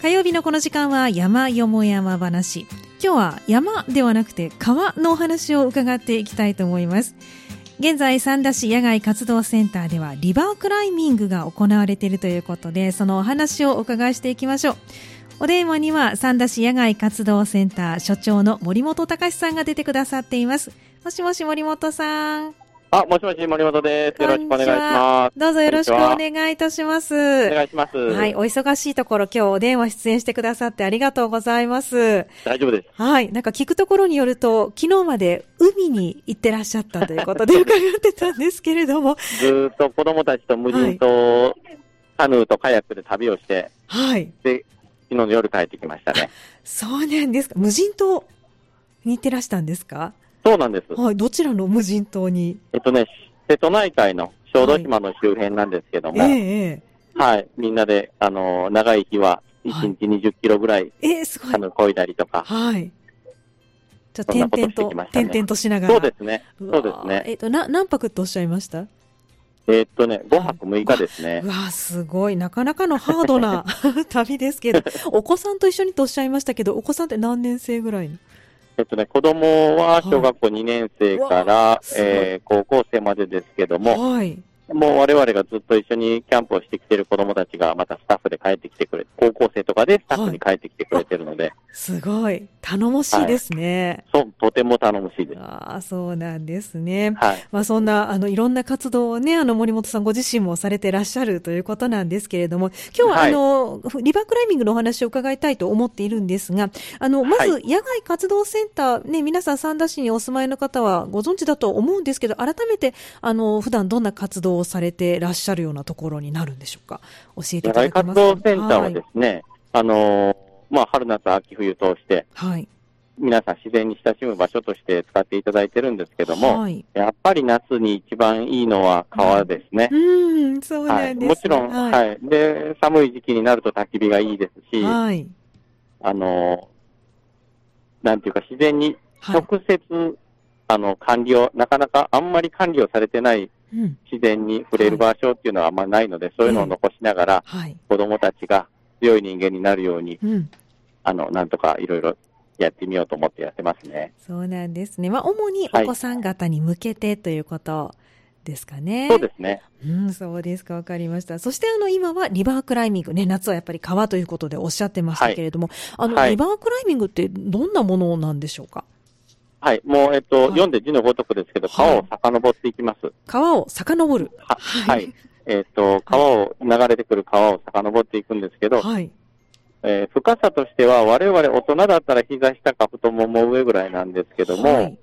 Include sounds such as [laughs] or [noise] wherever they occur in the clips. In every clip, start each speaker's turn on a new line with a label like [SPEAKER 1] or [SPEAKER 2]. [SPEAKER 1] 火曜日のこの時間は山よも山話今日は山ではなくて川のお話を伺っていきたいと思います現在三田市野外活動センターではリバークライミングが行われているということでそのお話をお伺いしていきましょうお電話には三田市野外活動センター所長の森本隆さんが出てくださっていますもしもし森本さん
[SPEAKER 2] あ、もしもし、森本です。よろしくお願いします。
[SPEAKER 1] どうぞよろしくお願いいたします
[SPEAKER 2] お願いします。
[SPEAKER 1] はい、お忙しいところ今日お電話出演してくださってありがとうございます。
[SPEAKER 2] 大丈夫です。
[SPEAKER 1] はい、なんか聞くところによると、昨日まで海に行ってらっしゃったということで伺ってたんですけれども、
[SPEAKER 2] ずーっと子供たちと無人島、カヌーとカヤックで旅をして、
[SPEAKER 1] はい、
[SPEAKER 2] で、昨日の夜帰ってきましたね。
[SPEAKER 1] そうなんですか。無人島に行ってらしたんですか
[SPEAKER 2] そうなんです。
[SPEAKER 1] はい、どちらの無人島に
[SPEAKER 2] えっとね、瀬戸内海の小豆島の周辺なんですけども、
[SPEAKER 1] ええ
[SPEAKER 2] はい、
[SPEAKER 1] え
[SPEAKER 2] みんなで、あのー長い日は、1日20キロぐらい、
[SPEAKER 1] えええすごい
[SPEAKER 2] カ。ヌー漕いだりとか、
[SPEAKER 1] はい。じゃあ、
[SPEAKER 2] そんな
[SPEAKER 1] 点
[SPEAKER 2] こと
[SPEAKER 1] 々と、
[SPEAKER 2] してきましたね
[SPEAKER 1] 点々としながら。
[SPEAKER 2] そうですね。
[SPEAKER 1] わー
[SPEAKER 2] そうですね
[SPEAKER 1] えっと、な、何泊とおっしゃいました
[SPEAKER 2] えっとね、5泊6日ですね
[SPEAKER 1] う。わあ、すごい。なかなかのハード
[SPEAKER 2] [laughs]
[SPEAKER 1] な旅ですけど、お子さんと一緒にとおっしゃいましたけど、お子さんって何年生ぐらいの
[SPEAKER 2] えっとね、子供は小学校2年生から、
[SPEAKER 1] わあすごい
[SPEAKER 2] えー高校生までですけども、
[SPEAKER 1] はい。
[SPEAKER 2] もう我々がずっと一緒にキャンプをしてきてる子供たちがまたスタッフで帰ってきてくれ、高校生とかでスタッフに帰ってきてくれてるので、
[SPEAKER 1] すごい。頼もしいですね。
[SPEAKER 2] そう、とても頼もしいです。
[SPEAKER 1] ああ、そうなんですね。
[SPEAKER 2] はい。
[SPEAKER 1] まあそんな、あの、いろんな活動をね、あの、森本さんご自身もされてらっしゃるということなんですけれども、今日は
[SPEAKER 2] は
[SPEAKER 1] あ
[SPEAKER 2] い
[SPEAKER 1] の、リバークライミングのお話を伺いたいと思っているんですが、あの、まず、
[SPEAKER 2] は
[SPEAKER 1] 野外活動センター、ね、皆さん三田市にお住まいの方はご存知だと思うんですけど、改めて、あの、普段どんな活動をされてらっしゃるようなところになるんでしょうか教えてい
[SPEAKER 2] 野
[SPEAKER 1] ただけ
[SPEAKER 2] 外
[SPEAKER 1] ます
[SPEAKER 2] 活
[SPEAKER 1] か
[SPEAKER 2] 動センターはですね、あのーまあ、春夏秋冬通して、
[SPEAKER 1] はい。
[SPEAKER 2] 皆さん自然に親しむ場所として使っていただいてるんですけども、
[SPEAKER 1] はい。
[SPEAKER 2] やっぱり夏に一番いいのは川ですね
[SPEAKER 1] う。ーん、そう
[SPEAKER 2] は。
[SPEAKER 1] ないんですね、
[SPEAKER 2] もちろん、
[SPEAKER 1] はい。
[SPEAKER 2] はい。で、寒い時期になると焚き火がいいですし、
[SPEAKER 1] はい。
[SPEAKER 2] あのーなんていうか自然に
[SPEAKER 1] はい。
[SPEAKER 2] 直接、あの、管理を、なかなかあんまり管理をされてない
[SPEAKER 1] うん。
[SPEAKER 2] 自然に触れる場所っていうのはあんまないので、そういうのを残しながら、
[SPEAKER 1] はい。
[SPEAKER 2] 子供たちが強い人間になるように、
[SPEAKER 1] うん。
[SPEAKER 2] あの、なんとかいろいろやってみようと思ってやってますね。
[SPEAKER 1] そうなんですね。まあ、主にお
[SPEAKER 2] はい
[SPEAKER 1] 子さん方に向けてということですかね。
[SPEAKER 2] そうですね。
[SPEAKER 1] うん、そうですか。わかりました。そして、あの、今はリバークライミングね、夏はやっぱり川ということでおっしゃってましたけれども、あの、
[SPEAKER 2] はい
[SPEAKER 1] リバークライミングってどんなものなんでしょうか
[SPEAKER 2] はい。もう、えっと、
[SPEAKER 1] はい
[SPEAKER 2] 読んで字のごとくですけど、川を遡っていきます。
[SPEAKER 1] 川を遡る。
[SPEAKER 2] は、
[SPEAKER 1] は
[SPEAKER 2] はいい。えっと、川を、流れてくる川を遡っていくんですけど、
[SPEAKER 1] はい。
[SPEAKER 2] えー深さとしては、我々大人だったら膝下か太もも上ぐらいなんですけども、
[SPEAKER 1] はい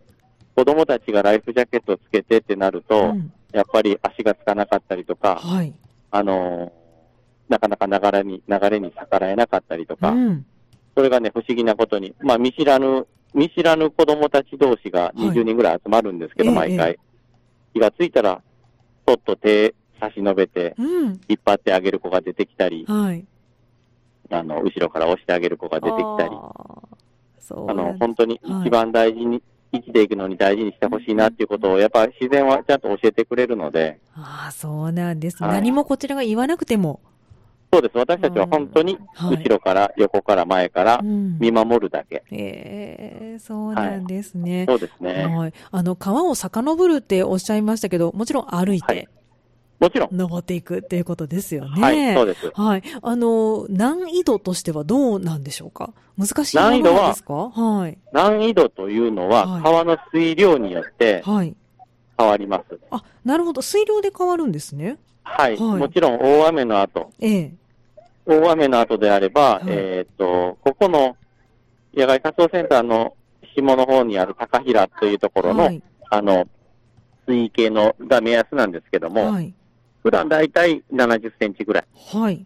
[SPEAKER 2] 子供たちがライフジャケットをつけてってなる
[SPEAKER 1] う
[SPEAKER 2] と、
[SPEAKER 1] ん、
[SPEAKER 2] やっぱり足がつかなかったりとか、
[SPEAKER 1] はい。
[SPEAKER 2] あのーなかなか流れに、流れに逆らえなかったりと
[SPEAKER 1] う
[SPEAKER 2] か、
[SPEAKER 1] ん。
[SPEAKER 2] それがね、不思議なことに、まあ、見知らぬ、見知らぬ子供たち同士が20人ぐらい集まるんですけど、
[SPEAKER 1] はい
[SPEAKER 2] 毎回。気がついたら、そっと手差し伸べて、
[SPEAKER 1] うん。
[SPEAKER 2] 引っ張ってあげる子が出てきたり、
[SPEAKER 1] はい。
[SPEAKER 2] あの、後ろから押してあげる子が出てきたり、
[SPEAKER 1] あーそう
[SPEAKER 2] あ
[SPEAKER 1] な
[SPEAKER 2] の
[SPEAKER 1] ん、です
[SPEAKER 2] 本当に一番大事に、生きていくのに大事にしてほしいなっていうことを、やっぱ自然はちゃんと教えてくれるので、
[SPEAKER 1] あーそうなんです、ね
[SPEAKER 2] はい
[SPEAKER 1] 何もこちらが言わなくても。
[SPEAKER 2] そうです。私たちは本当に、
[SPEAKER 1] はい
[SPEAKER 2] 後ろから、横から、前から
[SPEAKER 1] う、ん
[SPEAKER 2] 見守るだけ。
[SPEAKER 1] ええそうなんですね。
[SPEAKER 2] そうですね。
[SPEAKER 1] はい。あの、川を遡るっておっしゃいましたけど、もちろん歩い
[SPEAKER 2] は
[SPEAKER 1] て
[SPEAKER 2] いもちろん。
[SPEAKER 1] 登っていくっていうことですよね。
[SPEAKER 2] はい、そうです。
[SPEAKER 1] はい。あの、難易度としてはどうなんでしょうか難しいも
[SPEAKER 2] 難易度
[SPEAKER 1] の
[SPEAKER 2] は
[SPEAKER 1] なんですかはい。
[SPEAKER 2] 難易度というの
[SPEAKER 1] はい
[SPEAKER 2] は、川の水量によって
[SPEAKER 1] はい。
[SPEAKER 2] 変わります。
[SPEAKER 1] あ、なるほど。水量で変わるんですね。
[SPEAKER 2] はい。
[SPEAKER 1] はい
[SPEAKER 2] もちろん、大雨の後。
[SPEAKER 1] ええ。
[SPEAKER 2] 大雨の後であれば
[SPEAKER 1] は、い
[SPEAKER 2] えーっと、ここの野外活動センターの下の方にある高平というところ
[SPEAKER 1] は
[SPEAKER 2] の、
[SPEAKER 1] い。
[SPEAKER 2] あの、水位計の、が目安なんですけども、
[SPEAKER 1] はい。
[SPEAKER 2] 普段だいたい70センチぐらい。
[SPEAKER 1] はい。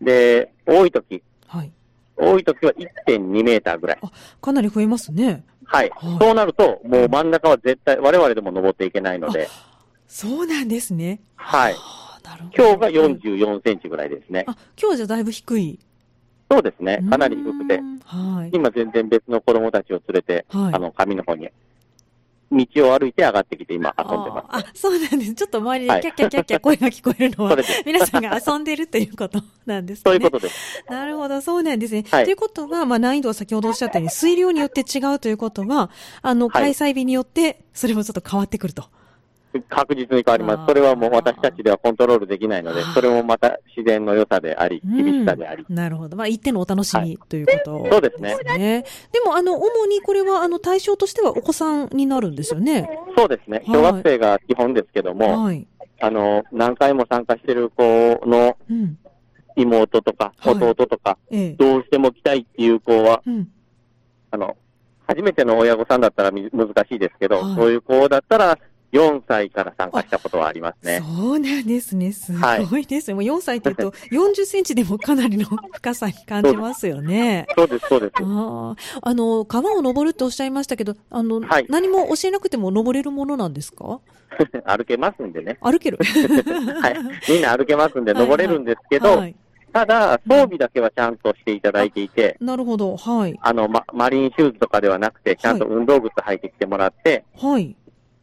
[SPEAKER 2] で、多い時、
[SPEAKER 1] はい。
[SPEAKER 2] 多い時は1.2メーターぐらい。
[SPEAKER 1] かなり増えますね。
[SPEAKER 2] はい。
[SPEAKER 1] はい
[SPEAKER 2] そうなると、もう真ん中は絶対、我々でも登っていけないので、
[SPEAKER 1] そうなんですね。
[SPEAKER 2] はい。
[SPEAKER 1] あーなるほど。
[SPEAKER 2] 今日が44センチぐらいですね。
[SPEAKER 1] あ、今日じゃだいぶ低い。
[SPEAKER 2] そうですね。かなり低く
[SPEAKER 1] う
[SPEAKER 2] て
[SPEAKER 1] ー。んはい。
[SPEAKER 2] 今全然別の子供たちを連れて、
[SPEAKER 1] はい
[SPEAKER 2] あの、上の方に道を歩いて上がってきて、今遊んでます。
[SPEAKER 1] あーあ、そうなんです。ちょっと周り
[SPEAKER 2] は
[SPEAKER 1] で
[SPEAKER 2] い
[SPEAKER 1] キャッキャッキャッ
[SPEAKER 2] [laughs]
[SPEAKER 1] キャ声が聞こえるの
[SPEAKER 2] そ
[SPEAKER 1] は、
[SPEAKER 2] れで、
[SPEAKER 1] 皆さんが遊んでるということなんですね。
[SPEAKER 2] そういうことです。
[SPEAKER 1] なるほど、そうなんですね。
[SPEAKER 2] はい
[SPEAKER 1] ということは、まあ、難易度は先ほどおっしゃったように、水量によって違うということは、あの、
[SPEAKER 2] はい
[SPEAKER 1] 開催日によって、それもちょっと変わってくると。
[SPEAKER 2] 確実に変わり
[SPEAKER 1] あ
[SPEAKER 2] ま
[SPEAKER 1] ー
[SPEAKER 2] す。それはもう私たちではコントロールできないので
[SPEAKER 1] あー、
[SPEAKER 2] それもまた自然の良さであり、
[SPEAKER 1] うん
[SPEAKER 2] 厳しさであり。
[SPEAKER 1] なるほど。まあ、一定のお楽しみ、
[SPEAKER 2] はい
[SPEAKER 1] ということ、
[SPEAKER 2] そうですね。
[SPEAKER 1] ね。でも、あの、主にこれは、あの、対象としてはお子さんになるんですよね。
[SPEAKER 2] そうですね。小学生が基本ですけども、
[SPEAKER 1] はい。
[SPEAKER 2] あの、何回も参加してる子の
[SPEAKER 1] うん。
[SPEAKER 2] 妹とか
[SPEAKER 1] はい
[SPEAKER 2] 弟とか、
[SPEAKER 1] ええ。
[SPEAKER 2] どうしても来たいっていう子は、
[SPEAKER 1] うん。
[SPEAKER 2] あの、初めての親御さんだったらみ難しいですけど、
[SPEAKER 1] はい
[SPEAKER 2] そういう子だったら、4歳から参加したことはありますね。
[SPEAKER 1] そうなんですね。す
[SPEAKER 2] はい
[SPEAKER 1] ごいですね。もう4歳って言うと、40センチでもかなりの深さに感じますよ
[SPEAKER 2] [laughs]
[SPEAKER 1] ね。
[SPEAKER 2] そうです、そうです。
[SPEAKER 1] ああ。あの、川を登るっておっしゃいましたけど、あの、
[SPEAKER 2] はい
[SPEAKER 1] 何も教えなくても登れるものなんですか
[SPEAKER 2] 歩けますんでね。
[SPEAKER 1] 歩ける。
[SPEAKER 2] はい。みんな歩けますんで、
[SPEAKER 1] はいはい
[SPEAKER 2] 登れるんです [laughs] けど、
[SPEAKER 1] はい。
[SPEAKER 2] ただ、装備だけはちゃんとしていただいていて、
[SPEAKER 1] なるほど。はい。
[SPEAKER 2] あの、ま、マリンシューズとかではなくて、ちゃんと運動靴履いてきてもらって、
[SPEAKER 1] はい。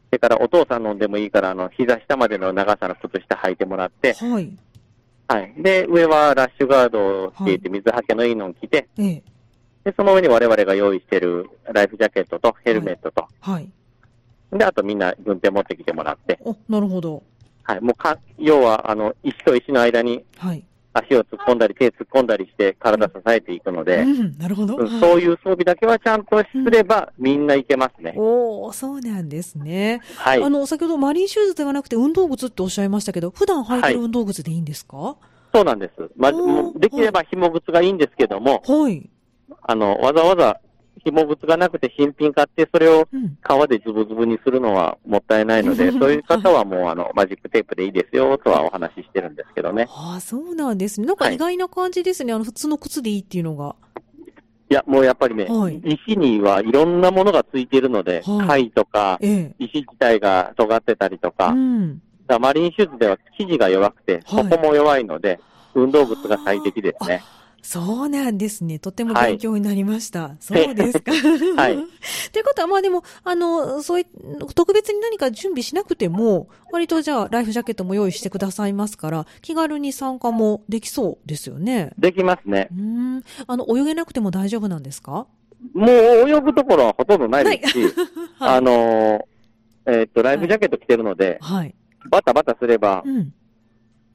[SPEAKER 2] それからお父さん飲んでもいいから、あの、膝下までの長さの靴下履いてもらって、
[SPEAKER 1] はい。
[SPEAKER 2] はい。で、上はラッシュガードをしていて、水はけのいいのを着て、
[SPEAKER 1] ええ。
[SPEAKER 2] で、その上に我々が用意してるライフジャケットとヘルメットと、
[SPEAKER 1] はい。
[SPEAKER 2] で、あとみんな軍手持ってきてもらって、
[SPEAKER 1] お、なるほど。
[SPEAKER 2] はい。もうか、要は、あの、石と石の間に
[SPEAKER 1] はい。
[SPEAKER 2] 足を突っ込んだり、手突っ込んだりして、体支えていくので、
[SPEAKER 1] うん、なるほど。
[SPEAKER 2] うんそう
[SPEAKER 1] う。
[SPEAKER 2] いう装備だけはちゃんとすれば、みんないけますね。
[SPEAKER 1] おお、そうなんですね。
[SPEAKER 2] はい
[SPEAKER 1] あ。の、先ほどマリンシューズではなくて運動靴っておっしゃいましたけど、普段履いてる
[SPEAKER 2] は
[SPEAKER 1] 運動靴でいいんですかは
[SPEAKER 2] そうなんです。ま、もうできれば紐靴がいいんですけども、
[SPEAKER 1] い。
[SPEAKER 2] あの、わざわざ紐靴がなくて新品買って、それを
[SPEAKER 1] うん。
[SPEAKER 2] 革でズブズブにするのはもったいない
[SPEAKER 1] [laughs]
[SPEAKER 2] ので、そういう方はもうあの、マジックテープでいいですよ、とはお話ししてるんですけどね。
[SPEAKER 1] ああ、そうなんですね。なんか
[SPEAKER 2] はい
[SPEAKER 1] 意外な感じですね。あの、普通の靴でいいっていうのが。
[SPEAKER 2] いや、もうやっぱりね、
[SPEAKER 1] はい
[SPEAKER 2] 石にはいろんなものがついているので、
[SPEAKER 1] はい
[SPEAKER 2] 貝とか、
[SPEAKER 1] ええ。
[SPEAKER 2] 石自体が尖ってたりとか、
[SPEAKER 1] うん。
[SPEAKER 2] だからマリンシューズでは生地が弱くて、
[SPEAKER 1] は
[SPEAKER 2] こ
[SPEAKER 1] い
[SPEAKER 2] こも弱いので、運動靴が最適ですね。
[SPEAKER 1] そうなんですね。とても
[SPEAKER 2] はい
[SPEAKER 1] 勉強になりました。そうですか。
[SPEAKER 2] [laughs] はい
[SPEAKER 1] [laughs] ということは、まあでも、あの、そうい特別に何か準備しなくても、割とじゃあ、ライフジャケットも用意してくださいますから、気軽に参加もできそうですよね。
[SPEAKER 2] できますね
[SPEAKER 1] う。ーん。あの、泳げなくても大丈夫なんですか
[SPEAKER 2] もう泳ぐところはほとんどないですし、
[SPEAKER 1] は
[SPEAKER 2] あ
[SPEAKER 1] い。 [laughs]
[SPEAKER 2] のーえーっと、ライフジャケット着てるので、
[SPEAKER 1] はい。
[SPEAKER 2] バタバタすれば、
[SPEAKER 1] うん。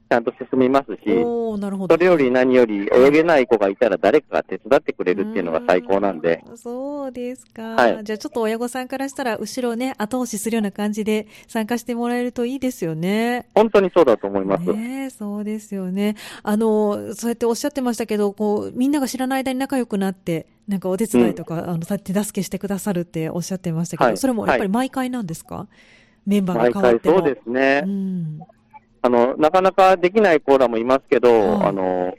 [SPEAKER 2] ちゃんと進みますし、
[SPEAKER 1] おおなるほど
[SPEAKER 2] そ。れより何より泳げない子がいたら誰かが手伝ってくれるっていうのが最高なんで、
[SPEAKER 1] うーん。そうですか。
[SPEAKER 2] はい
[SPEAKER 1] じゃあちょっと親御さんからしたら、後ろね、後押しするような感じで参加してもらえるといいですよね。
[SPEAKER 2] 本当にそうだと思います。
[SPEAKER 1] ねえ、そうですよね。あの、そうやっておっしゃってましたけど、こう、みんなが知らない間に仲良くなって、なんかお手伝いとか、あの、さ手助けしてくださるっておっしゃってましたけど、
[SPEAKER 2] はい
[SPEAKER 1] それもやっぱり毎回なんですか、メンバー
[SPEAKER 2] 毎
[SPEAKER 1] が変わっ
[SPEAKER 2] 回
[SPEAKER 1] ても。
[SPEAKER 2] そうですね、
[SPEAKER 1] うん。
[SPEAKER 2] あの、なかなかできない子らもいますけど、
[SPEAKER 1] はい
[SPEAKER 2] あの、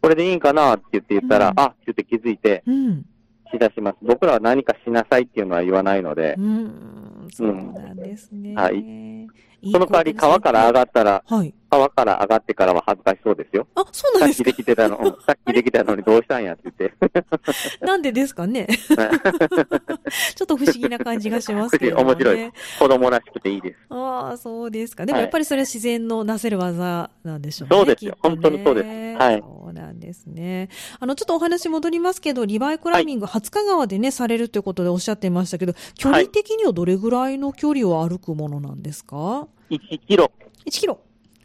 [SPEAKER 2] これでいいんかなって言って言ったら、
[SPEAKER 1] うん
[SPEAKER 2] あって言って気づいて、
[SPEAKER 1] うん。
[SPEAKER 2] しだします。僕らは何かしなさいっていうのは言わないので
[SPEAKER 1] う、ん。そうなんですね。
[SPEAKER 2] はい
[SPEAKER 1] い
[SPEAKER 2] その代わり川から上
[SPEAKER 1] が
[SPEAKER 2] がったら、
[SPEAKER 1] はい。
[SPEAKER 2] 川から上がってからは恥ずかしそうですよ。
[SPEAKER 1] あ、そうな
[SPEAKER 2] さ
[SPEAKER 1] ん
[SPEAKER 2] っ
[SPEAKER 1] です
[SPEAKER 2] き
[SPEAKER 1] か
[SPEAKER 2] でき
[SPEAKER 1] [laughs]
[SPEAKER 2] てたの、うんさっきできたのにどうしたんやって言って、
[SPEAKER 1] なんでですか
[SPEAKER 2] [laughs]
[SPEAKER 1] ねちょっと不思議な感じがします
[SPEAKER 2] [laughs]
[SPEAKER 1] けれども、ね。
[SPEAKER 2] 面白いで子供らしくていいです。
[SPEAKER 1] ああ、そうですか。でも
[SPEAKER 2] はい
[SPEAKER 1] やっぱりそれは自然のなせる技なんでしょうね。
[SPEAKER 2] そうですよ
[SPEAKER 1] きっとね
[SPEAKER 2] 本当にそうですはい
[SPEAKER 1] そうなんですね。あの、ちょっとお話戻りますけど、リバイクライミング、初香川でね、されるということでおっしゃってましたけど、距離的にはどれぐらいの距離を歩くものなんですか
[SPEAKER 2] 1キロ
[SPEAKER 1] ?1 キロ。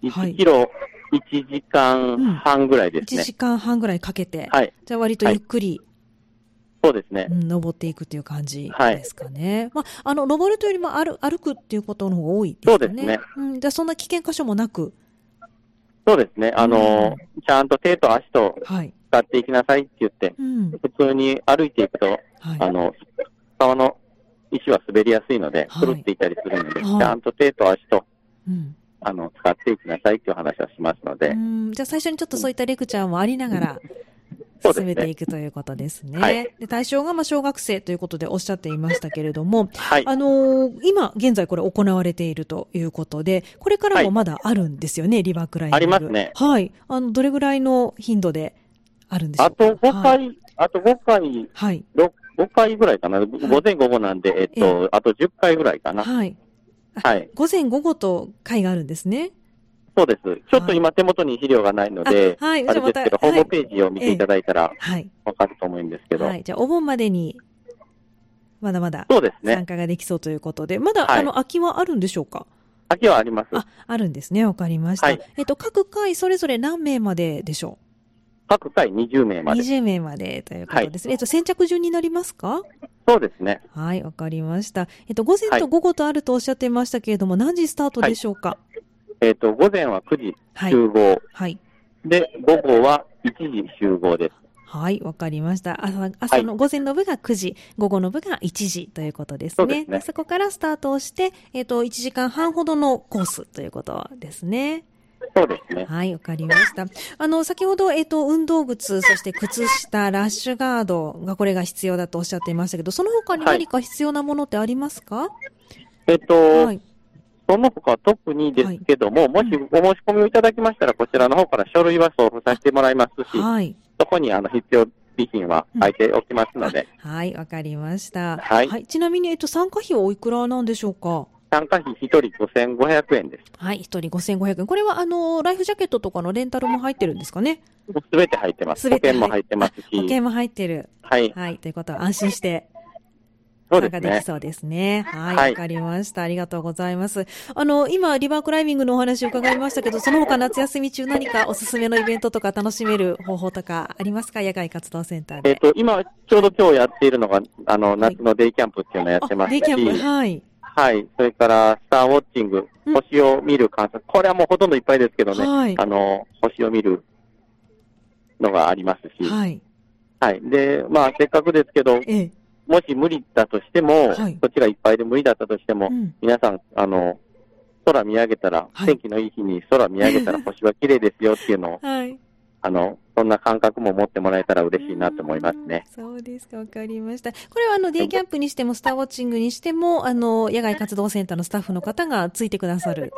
[SPEAKER 1] はい
[SPEAKER 2] 1キロ1時間半ぐらいです
[SPEAKER 1] 1
[SPEAKER 2] ね。
[SPEAKER 1] 時間半ぐらいかけて。
[SPEAKER 2] はい、
[SPEAKER 1] じゃあ割とゆっくり、
[SPEAKER 2] そうですね
[SPEAKER 1] う。ん登っていくという感じ
[SPEAKER 2] はい
[SPEAKER 1] ですかね。まあ、あの、登るというよりも歩歩くっていうことの方が多いですかね。
[SPEAKER 2] そうですね。
[SPEAKER 1] うん、じゃあそんな危険箇所もなく、
[SPEAKER 2] そうですね。あのー、ちゃんと手と足と
[SPEAKER 1] はい。
[SPEAKER 2] 使っていきなさいって言って、
[SPEAKER 1] うん。
[SPEAKER 2] 普通に歩いていくと、
[SPEAKER 1] はい。
[SPEAKER 2] あの、川の石は滑りやすいので、
[SPEAKER 1] はい
[SPEAKER 2] 狂っていたりするので、
[SPEAKER 1] はい
[SPEAKER 2] ちゃんと手と足と、
[SPEAKER 1] うん。
[SPEAKER 2] あの、使っていきなさいっていう話はしますので、
[SPEAKER 1] うんじゃあ最初にちょっとそういったレクチャーもありながら、
[SPEAKER 2] そうです
[SPEAKER 1] 進め
[SPEAKER 2] ね
[SPEAKER 1] ていくということですね。
[SPEAKER 2] はい
[SPEAKER 1] で対象がまあ小学生ということでおっしゃっていましたけれども、
[SPEAKER 2] はい。
[SPEAKER 1] あのー今現在これ行われているということで、これから
[SPEAKER 2] は
[SPEAKER 1] も
[SPEAKER 2] い
[SPEAKER 1] まだあるんですよね、リバークライミング。
[SPEAKER 2] ありますね
[SPEAKER 1] はい。あの、どれぐらいの頻度であるんでしょ
[SPEAKER 2] あ
[SPEAKER 1] うか
[SPEAKER 2] と5
[SPEAKER 1] はい。
[SPEAKER 2] 回、あと5回、
[SPEAKER 1] はい。
[SPEAKER 2] 6 5回ぐらいかな。午前午後なんで、えっと、あと10回ぐらいかな。
[SPEAKER 1] はい。
[SPEAKER 2] はい。
[SPEAKER 1] 午前午後と会があるんですね。
[SPEAKER 2] そうです。ちょっと今手元に資料がないので、
[SPEAKER 1] あはい
[SPEAKER 2] あれですけど、
[SPEAKER 1] じゃあまた
[SPEAKER 2] ホームページを見ていただいたら
[SPEAKER 1] はい。
[SPEAKER 2] わかると思うんですけど
[SPEAKER 1] は。い。じゃあ、お盆までに、まだまだ
[SPEAKER 2] そうですね
[SPEAKER 1] 参。加ができそうということで、まだ、
[SPEAKER 2] はい
[SPEAKER 1] あの、空きはあるんでしょうか
[SPEAKER 2] 秋はあります。
[SPEAKER 1] あ、あるんですね。わかりました。
[SPEAKER 2] はい
[SPEAKER 1] えっと、各回それぞれ何名まででしょ
[SPEAKER 2] 各回20名
[SPEAKER 1] う
[SPEAKER 2] まで。
[SPEAKER 1] ?20 名までということですね。えっと、先着順になりますか
[SPEAKER 2] そうですね。
[SPEAKER 1] はい、わかりました。えっと、午前
[SPEAKER 2] はい
[SPEAKER 1] と午後とあるとおっしゃってましたけれども、何時スタートでしょうか
[SPEAKER 2] えっと、午前は9時
[SPEAKER 1] はい。
[SPEAKER 2] 集合。
[SPEAKER 1] はい。
[SPEAKER 2] で、午後は1時集合です。
[SPEAKER 1] はい、わかりました。朝、朝の午前の部が9時、午後の部が1時ということです
[SPEAKER 2] そ
[SPEAKER 1] ね。
[SPEAKER 2] うですね
[SPEAKER 1] そこからスタートをして、えっ、と、1時間半ほどのコースということですね。
[SPEAKER 2] そうですね。
[SPEAKER 1] はい、わかりました。あの、先ほど、えっ、と、運動靴、そして靴下、ラッシュガードがこれが必要だとおっしゃっていましたけど、その他に
[SPEAKER 2] はい
[SPEAKER 1] 何か必要なものってありますか
[SPEAKER 2] えっと、
[SPEAKER 1] はい。
[SPEAKER 2] その他特にですけども、もしお申し込みをいただきましたら、こちらの方から書類は送付させてもらいますし、
[SPEAKER 1] はい。
[SPEAKER 2] そこにあの必要備品は空いておきますので、
[SPEAKER 1] はい、わかりました。
[SPEAKER 2] はい
[SPEAKER 1] ちなみに、えっと、参加費はおいくらなんでしょうか
[SPEAKER 2] 参加費1人5500円です。
[SPEAKER 1] はい、一人5500円。これは、あの、ライフジャケットとかのレンタルも入ってるんですかね
[SPEAKER 2] すべて入ってます。保
[SPEAKER 1] 全て
[SPEAKER 2] 険も入ってます
[SPEAKER 1] 保
[SPEAKER 2] し、
[SPEAKER 1] 険も入ってる。
[SPEAKER 2] はい、
[SPEAKER 1] はい、ということは安心して
[SPEAKER 2] そ
[SPEAKER 1] 参
[SPEAKER 2] うで
[SPEAKER 1] 加
[SPEAKER 2] す
[SPEAKER 1] でき
[SPEAKER 2] ね。
[SPEAKER 1] そうですね。はい、わ、
[SPEAKER 2] はい
[SPEAKER 1] かりました。ありがとうございます。あの、今、リバークライミングのお話を伺いましたけど、その他夏休み中何かおすすめのイベントとか楽しめる方法とかありますか野外活動センターで。
[SPEAKER 2] えっと、今、ちょうど今日やっているのが、あの、夏のデイキャンプっていうのをやってま
[SPEAKER 1] あ、
[SPEAKER 2] す
[SPEAKER 1] デイ
[SPEAKER 2] し、
[SPEAKER 1] キャンプ、はい。
[SPEAKER 2] はい、それから、スターウォッチング
[SPEAKER 1] うん、
[SPEAKER 2] 星を見る観察、これはもうほとんどいっぱいですけどね、
[SPEAKER 1] はい
[SPEAKER 2] あの、星を見るのがありますし、
[SPEAKER 1] はい。
[SPEAKER 2] はい。で、まあ、せっかくですけど、
[SPEAKER 1] ええ。
[SPEAKER 2] もし無理だとしても、
[SPEAKER 1] はい
[SPEAKER 2] こっちがいっぱいで無理だったとしても、
[SPEAKER 1] うん。
[SPEAKER 2] 皆さん、あの、空見上げたら、
[SPEAKER 1] はい
[SPEAKER 2] 天気のいい日に空見上げ
[SPEAKER 1] [laughs]
[SPEAKER 2] たら星は綺麗ですよっていうのを、
[SPEAKER 1] はい。
[SPEAKER 2] あの、そんな感覚も持ってもらえたら嬉しいなと思いますね。
[SPEAKER 1] うん。そうですか、わかりました。これはあの、デイキャンプにしても、スターウォッチングにしても、あの、野外活動センターのスタッフの方がついてくださる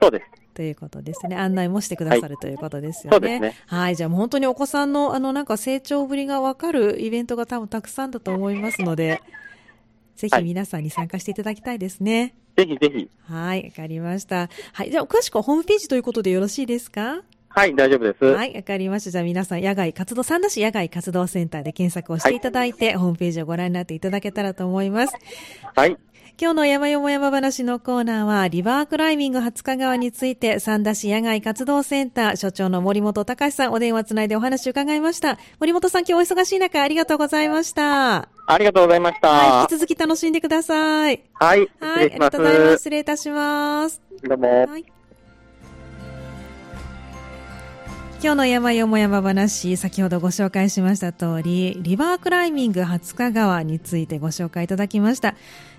[SPEAKER 2] そうです。
[SPEAKER 1] ということですね。案内もしてくださるということですよね。
[SPEAKER 2] そうですね。
[SPEAKER 1] はい。じゃあもう本当にお子さんの、あの、なんか成長ぶりがわかるイベントが多分たくさんだと思いますので、ぜ
[SPEAKER 2] は
[SPEAKER 1] ひ
[SPEAKER 2] い
[SPEAKER 1] 皆さんに参加していただきたいですね。
[SPEAKER 2] ぜひぜひ。
[SPEAKER 1] はい。わかりました。はい。じゃあ、詳しくはホームページということでよろしいですか
[SPEAKER 2] はい、大丈夫です。
[SPEAKER 1] はい、わかりました。じゃあ皆さん、野外活動、三田市野外活動センターで検索をしていただいて、ホームページをご覧になっていただけたらと思います。
[SPEAKER 2] はい。
[SPEAKER 1] 今日の山よも山話のコーナーは、リバークライミング20日川について、三田市野外活動センター、所長の森本隆さん、お電話つないでお話を伺いました。森本さん、今日お忙しい中、ありがとうございました。
[SPEAKER 2] ありがとうございました。
[SPEAKER 1] はい、引
[SPEAKER 2] は
[SPEAKER 1] き続き楽しんでください。
[SPEAKER 2] い、失
[SPEAKER 1] はい、あ
[SPEAKER 2] 礼
[SPEAKER 1] り
[SPEAKER 2] し
[SPEAKER 1] が
[SPEAKER 2] ま
[SPEAKER 1] とうございます。
[SPEAKER 2] す。
[SPEAKER 1] 失礼いたします。
[SPEAKER 2] どうも。
[SPEAKER 1] はい。今日の山よも山話、先ほどご紹介しました通り、リバークライミング20日川についてご紹介いただきました。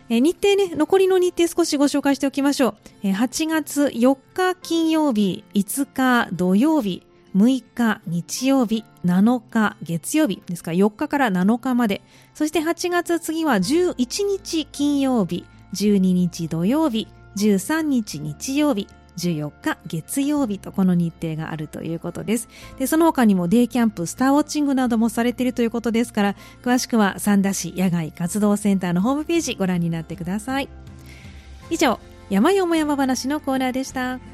[SPEAKER 1] えー日程ね、残りの日程少しご紹介しておきましょう。えー8月4日金曜日、5日土曜日、6日日曜日、7日月曜日ですから4日から7日まで。そして8月次は11日金曜日、12日土曜日、13日日曜日、14日月曜日とこの日程があるということです。で、その他にもデイキャンプ、スターウォッチングなどもされているということですから、詳しくは三田市野外活動センターのホームページご覧になってください。以上、山よも山話のコーナーでした。